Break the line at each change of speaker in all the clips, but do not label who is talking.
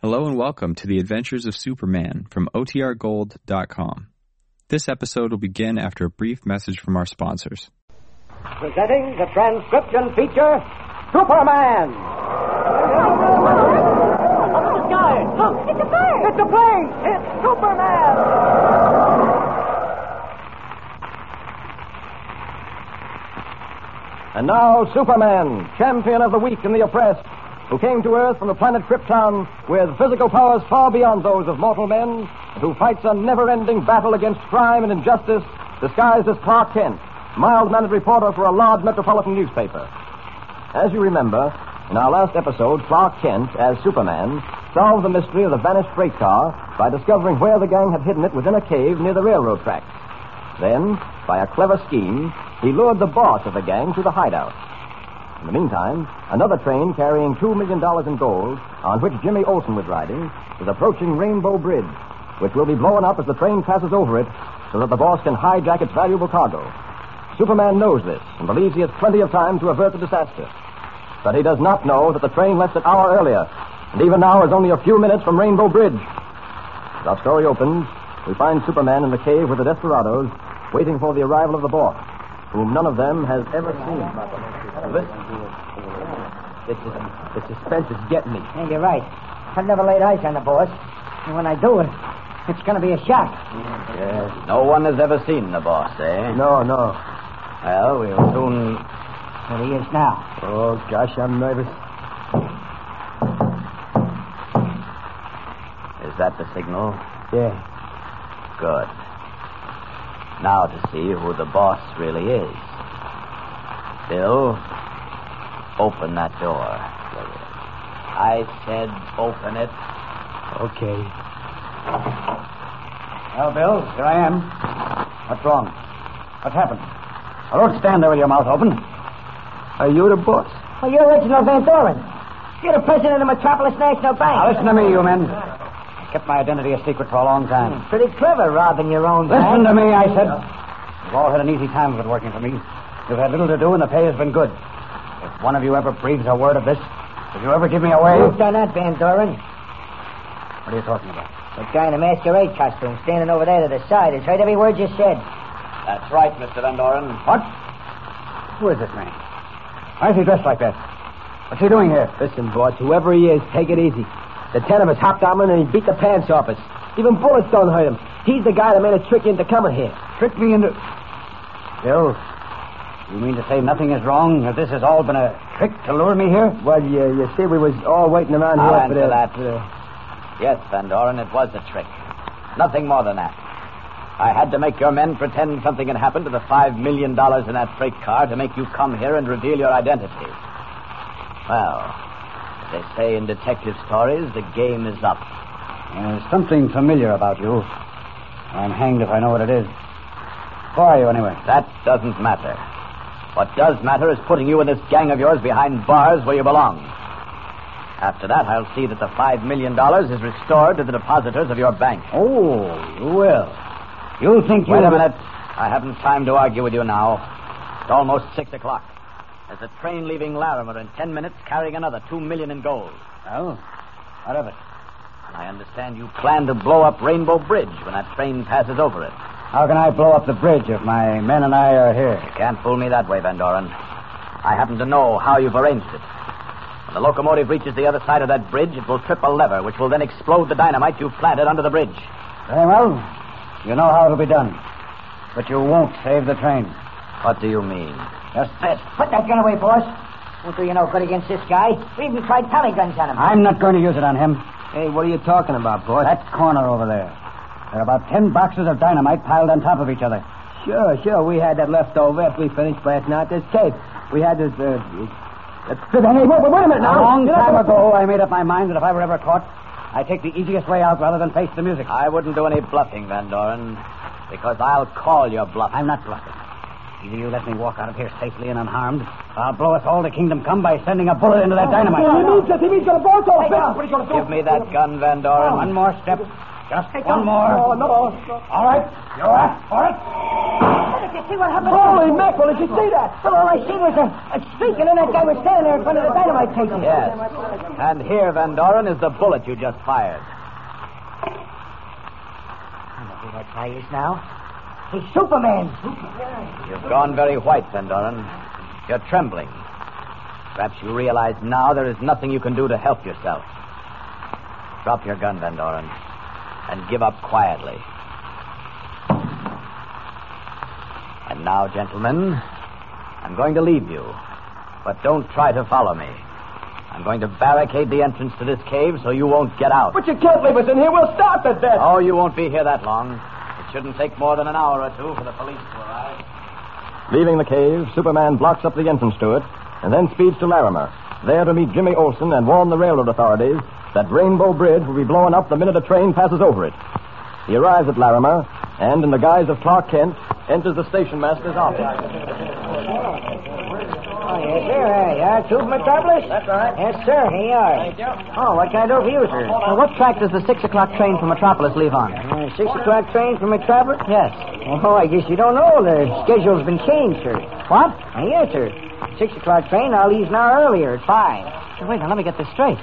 Hello and welcome to the Adventures of Superman from OTRGold.com. This episode will begin after a brief message from our sponsors.
Presenting the transcription feature, Superman.
Look, it's a bird. It's a plane. It's Superman.
And now, Superman, champion of the weak and the oppressed, who came to Earth from the planet Krypton with physical powers far beyond those of mortal men, and who fights a never-ending battle against crime and injustice, disguised as Clark Kent, mild-mannered reporter for a large metropolitan newspaper. As you remember, in our last episode, Clark Kent, as Superman, solved the mystery of the vanished freight car by discovering where the gang had hidden it within a cave near the railroad tracks. Then, by a clever scheme, he lured the boss of the gang to the hideout. In the meantime, another train carrying $2 million in gold, on which Jimmy Olsen was riding, is approaching Rainbow Bridge, which will be blown up as the train passes over it so that the boss can hijack its valuable cargo. Superman knows this and believes he has plenty of time to avert the disaster. But he does not know that the train left an hour earlier, and even now is only a few minutes from Rainbow Bridge. As our story opens, we find Superman in the cave with the desperados, waiting for the arrival of the boss, whom none of them has ever seen.
The, the suspense is getting me.
Yeah, you're right. I've never laid eyes on the boss. And when I do, it, it's going to be a shock.
Yes. No one has ever seen the boss, eh?
No, no.
Well, we'll soon.
There he is now.
Oh, gosh, I'm nervous.
Is that the signal?
Yeah.
Good. Now to see who the boss really is. Bill, open that door. I said open it.
Okay.
Well, Bill, here I am. What's wrong? What happened? I don't stand there with your mouth open.
Are you the boss?
Well, you're Reginald Van Doren. You're the president of Metropolis National Bank.
Now, Ah, listen to me, you men. I kept my identity a secret for a long time.
Pretty clever robbing your own
Hmm.
Listen
bank.
to me, I said. You've all had an easy time of it working for me. You've had little to do, and the pay has been good. If one of you ever breathes a word of this, if you ever give me away.
Who's done that, Van Doren?
What are you talking about?
That guy in the masquerade costume standing over there to the side has heard every word you said.
That's right, Mr. Van Doren.
What? Who is this man? Why is he dressed like that? What's he doing here?
Listen, boss, whoever he is, take it easy. The ten of us hopped on him and he beat the pants off us. Even bullets don't hurt him. He's the guy that made a trick into coming here.
Tricked me into. Bill, you mean to say nothing is wrong? That this has all been a trick to lure me here?
Well, you, you see, we was all waiting around
I'll
here for
answer
the-
that.
for the-
Yes, Van Doren, it was a trick. Nothing more than that. I had to make your men pretend something had happened to the five million dollars in that freight car to make you come here and reveal your identity. Well, as they say in detective stories, the game is up.
There's something familiar about you. I'm hanged if I know what it is. Who are you, anyway?
That doesn't matter. What does matter is putting you and this gang of yours behind bars where you belong. After that, I'll see that the five million dollars is restored to the depositors of your bank.
Oh, you will. You'll think you...
Wait a minute. I haven't time to argue with you now. It's almost six o'clock. There's a train leaving Larimer in ten minutes carrying another two million in gold.
Well, what of it?
And I understand you plan to blow up Rainbow Bridge when that train passes over it.
How can I blow up the bridge if my men and I are here?
You can't fool me that way, Van Doren. I happen to know how you've arranged it. When the locomotive reaches the other side of that bridge, it will trip a lever, which will then explode the dynamite you've planted under the bridge.
Very well. You know how it'll be done. But you won't save the train.
What do you mean?
Just this.
Put that gun away, boss. Won't do you no good against this guy. We even tried pellet guns on him.
I'm not going to use it on him.
Hey, what are you talking about, boss?
That corner over there. There are about ten boxes of dynamite piled on top of each other.
Sure, sure. We had that left over after we finished blasting out this cave. We had this. Uh, uh, hey, wait, wait a
A
minute now.
long
You're not
time
gonna-
ago, I made up my mind that if I were ever caught, I'd take the easiest way out rather than face the music.
I wouldn't do any bluffing, Van Doren, because I'll call your bluff.
I'm not bluffing. Either you let me walk out of here safely and unharmed, or I'll blow us all to kingdom come by sending a bullet into that dynamite.
He means it. He means it. Boss, oh, Bill.
Oh,
Oh.
Give me that gun, Van Doren.
One more step,
Just
Hey,
one
don't-
more.
Oh, no.
All right. You're up for it.
Did you see what happened?
Holy mackerel, did you see that?
Well, all I see was a, a streak, uh, and then that guy was standing there in front of the dynamite casing.
Yes. And here, Van Doren, is the bullet you just fired.
That guy is now. He's Superman.
You've gone very white, Van Doren. You're trembling. Perhaps you realize now there is nothing you can do to help yourself. Drop your gun, Van Doren, and give up quietly. And now, gentlemen, I'm going to leave you, but don't try to follow me. I'm going to barricade the entrance to this cave so you won't get out.
But you can't leave us in here. We'll starve to death.
Oh, you won't be here that long. It shouldn't take more than an hour or two for the police to arrive.
Leaving the cave, Superman blocks up the entrance to it and then speeds to Larimer, there to meet Jimmy Olsen and warn the railroad authorities that Rainbow Bridge will be blown up the minute a train passes over it. He arrives at Larimer and, in the guise of Clark Kent, enters the station master's office.
Oh, yes, sir. Hey, uh, two from Metropolis? That's right. Yes, sir. Here you are. Thank you. Oh, what can I do for you, sir? what track does the 6 o'clock train from Metropolis leave on? 6 Uh, o'clock train from Metropolis? Yes. Oh, I guess you don't know. The schedule's been changed, sir. What? yes, sir. 6 o'clock train now leaves an hour earlier at 5. Wait, now, let me get this straight.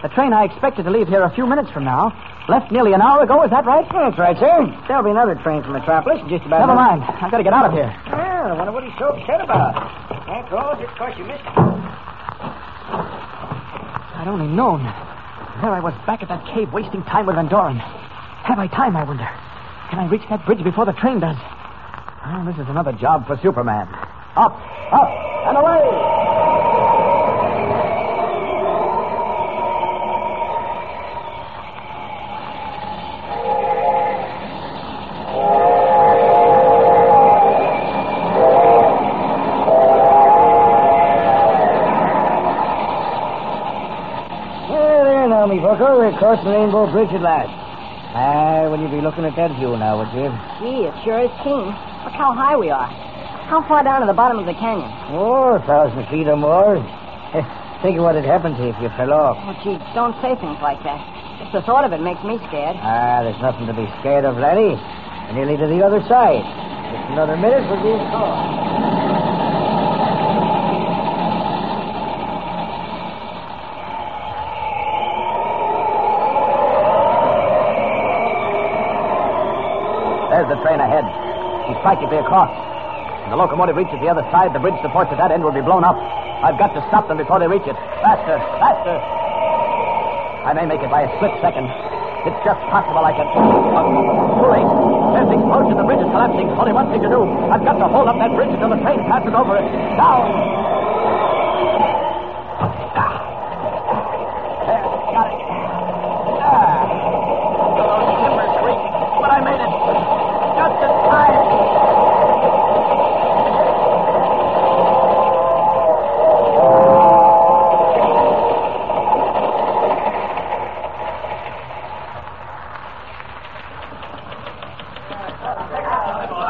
The train I expected to leave here a few minutes from now left nearly an hour ago. Is that right? that's right, sir. There'll be another train from Metropolis in just about. Never mind. I've got to get out of here. Well, I wonder what he's so upset about. After all, just because you missed I'd only known. There I was back at that cave wasting time with Van Doren. Have I time, I wonder? Can I reach that bridge before the train does? Well, Oh, this is another job for Superman. Up, up, and away! There, there now, me bucko. We're crossing Rainbow Bridge at last. Ah, will you be looking at that view now, would you?
Gee, it sure is keen. Look how high we are. How far down to the bottom of the canyon?
Oh, a thousand feet or more. Think of what had happened to you if you fell off.
Oh, gee, don't say things like that. Just the thought of it makes me scared.
Ah, there's nothing to be scared of, laddie. We're nearly to the other side. Just another minute, we'll be across.
There's the train ahead. He's practically across. When the locomotive reaches the other side, the bridge supports at that end will be blown up. I've got to stop them before they reach it. Faster, faster. I may make it by a split second. It's just possible I can. Oh, too late. There's the explosion. The bridge is collapsing. Only one thing to do. I've got to hold up that bridge until the train passes over it. Down. There, got it. Ah. Those timbers creak, but I made it. Just in time.
Oh,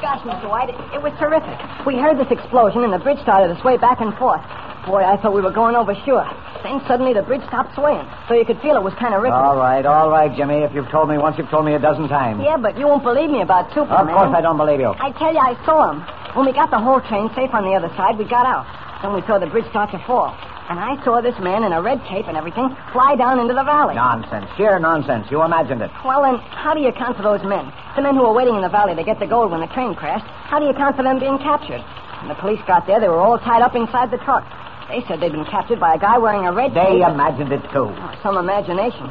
Gosh, Mr. White, it, it was terrific. We heard this explosion, and the bridge started to sway back and forth. Boy, I thought we were going over sure. Then suddenly the bridge stopped swaying, so you could feel it was kind of ripping.
All right, all right, Jimmy. If you've told me once, you've told me a dozen times.
yeah, but you won't believe me about
Of
Superman.
course, I don't believe you.
I tell you, I saw him. When we got the whole train safe on the other side, we got out. Then we saw the bridge start to fall. And I saw this man in a red cape and everything fly down into the valley.
Nonsense, sheer nonsense. You imagined it.
Well, then, how do you account for those men? The men who were waiting in the valley to get the gold when the train crashed. How do you account for them being captured? When the police got there, they were all tied up inside the truck. They said they'd been captured by a guy wearing a red
They
cape.
imagined it too.
Oh, some imagination.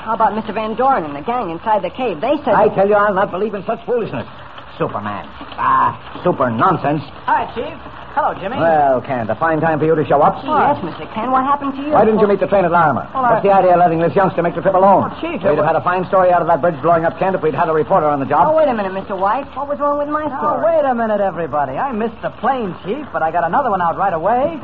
How about Mr. Van Doren and the gang inside the cave? They said.
I tell you, I'll not believe in such foolishness. Superman. Ah, super nonsense.
Hi, Chief. Hello, Jimmy.
Well, Kent, a fine time for you to show up.
Oh, yes, Mr. Ken. What happened to you?
Why didn't you meet the train at Larimer?
Well,
What's
I-
the idea of letting this youngster make the trip alone?
Oh, Chief,
We'd
it
have had a fine story out of that bridge blowing up Kent if we'd had a reporter on the job.
Oh, wait a minute, Mr. White. What was wrong with my
Oh,
story?
wait a minute, everybody. I missed the plane, Chief, but I got another one out right away.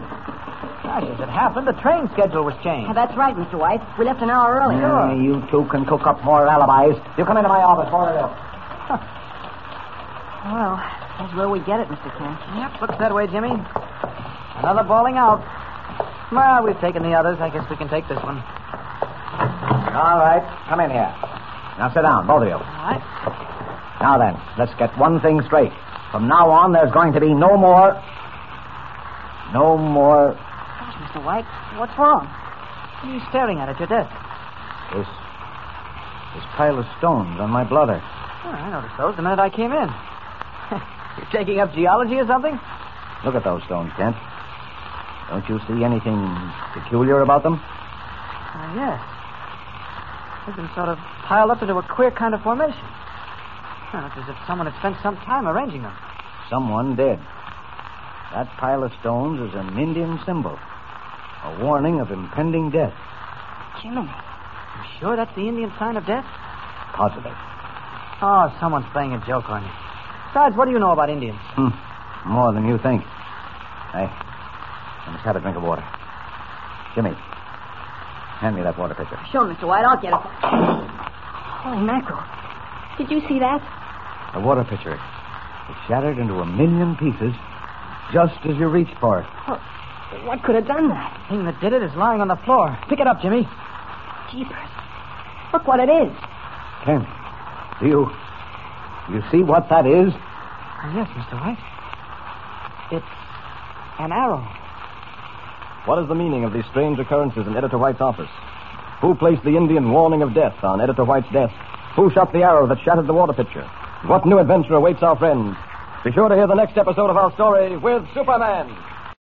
Gosh, as it happened, the train schedule was changed.
Yeah, That's right, Mr. White. We left an hour early.
Yeah, you two can cook up more alibis. You come into my office, four of you.
Well, that's where we get it, Mr. Ken.
Yep, looks that way, Jimmy. Another bowling out. Well, we've taken the others. I guess we can take this one.
All right. Come in here.
Now sit down, both of you.
All right.
Now then, let's get one thing straight. From now on, there's going to be no more. No more.
Gosh, Mr. White, what's wrong? What are you staring at at your desk?
This. This pile of stones on my blather.
Oh, I noticed those the minute I came in. You're taking up geology or something?
Look at those stones, Kent. Don't you see anything peculiar about them?
Oh, yes. They've been sort of piled up into a queer kind of formation. Well, it's as if someone had spent some time arranging them.
Someone did. That pile of stones is an Indian symbol, a warning of impending death.
Jiminy.
You sure that's the Indian sign of death?
Positive.
Oh, someone's playing a joke on you. Besides, what do you know about Indians?
Hmm. More than you think. Hey, I must have a drink of water. Jimmy, hand me that water pitcher.
Sure, Mr. White, I'll get it.
Oh,
Holy mackerel. Did you see that?
The water pitcher. It shattered into a million pieces just as you reached for it.
What could have done that?
The thing that did it is lying on the floor. Pick it up, Jimmy.
Jeepers. Look what it is.
Ken, do you. do You see what that is?
Oh, yes, Mr. White. It's an arrow.
What is the meaning of these strange occurrences in Editor White's office? Who placed the Indian warning of death on Editor White's desk? Who shot the arrow that shattered the water pitcher? What new adventure awaits our friends? Be sure to hear the next episode of our story with Superman.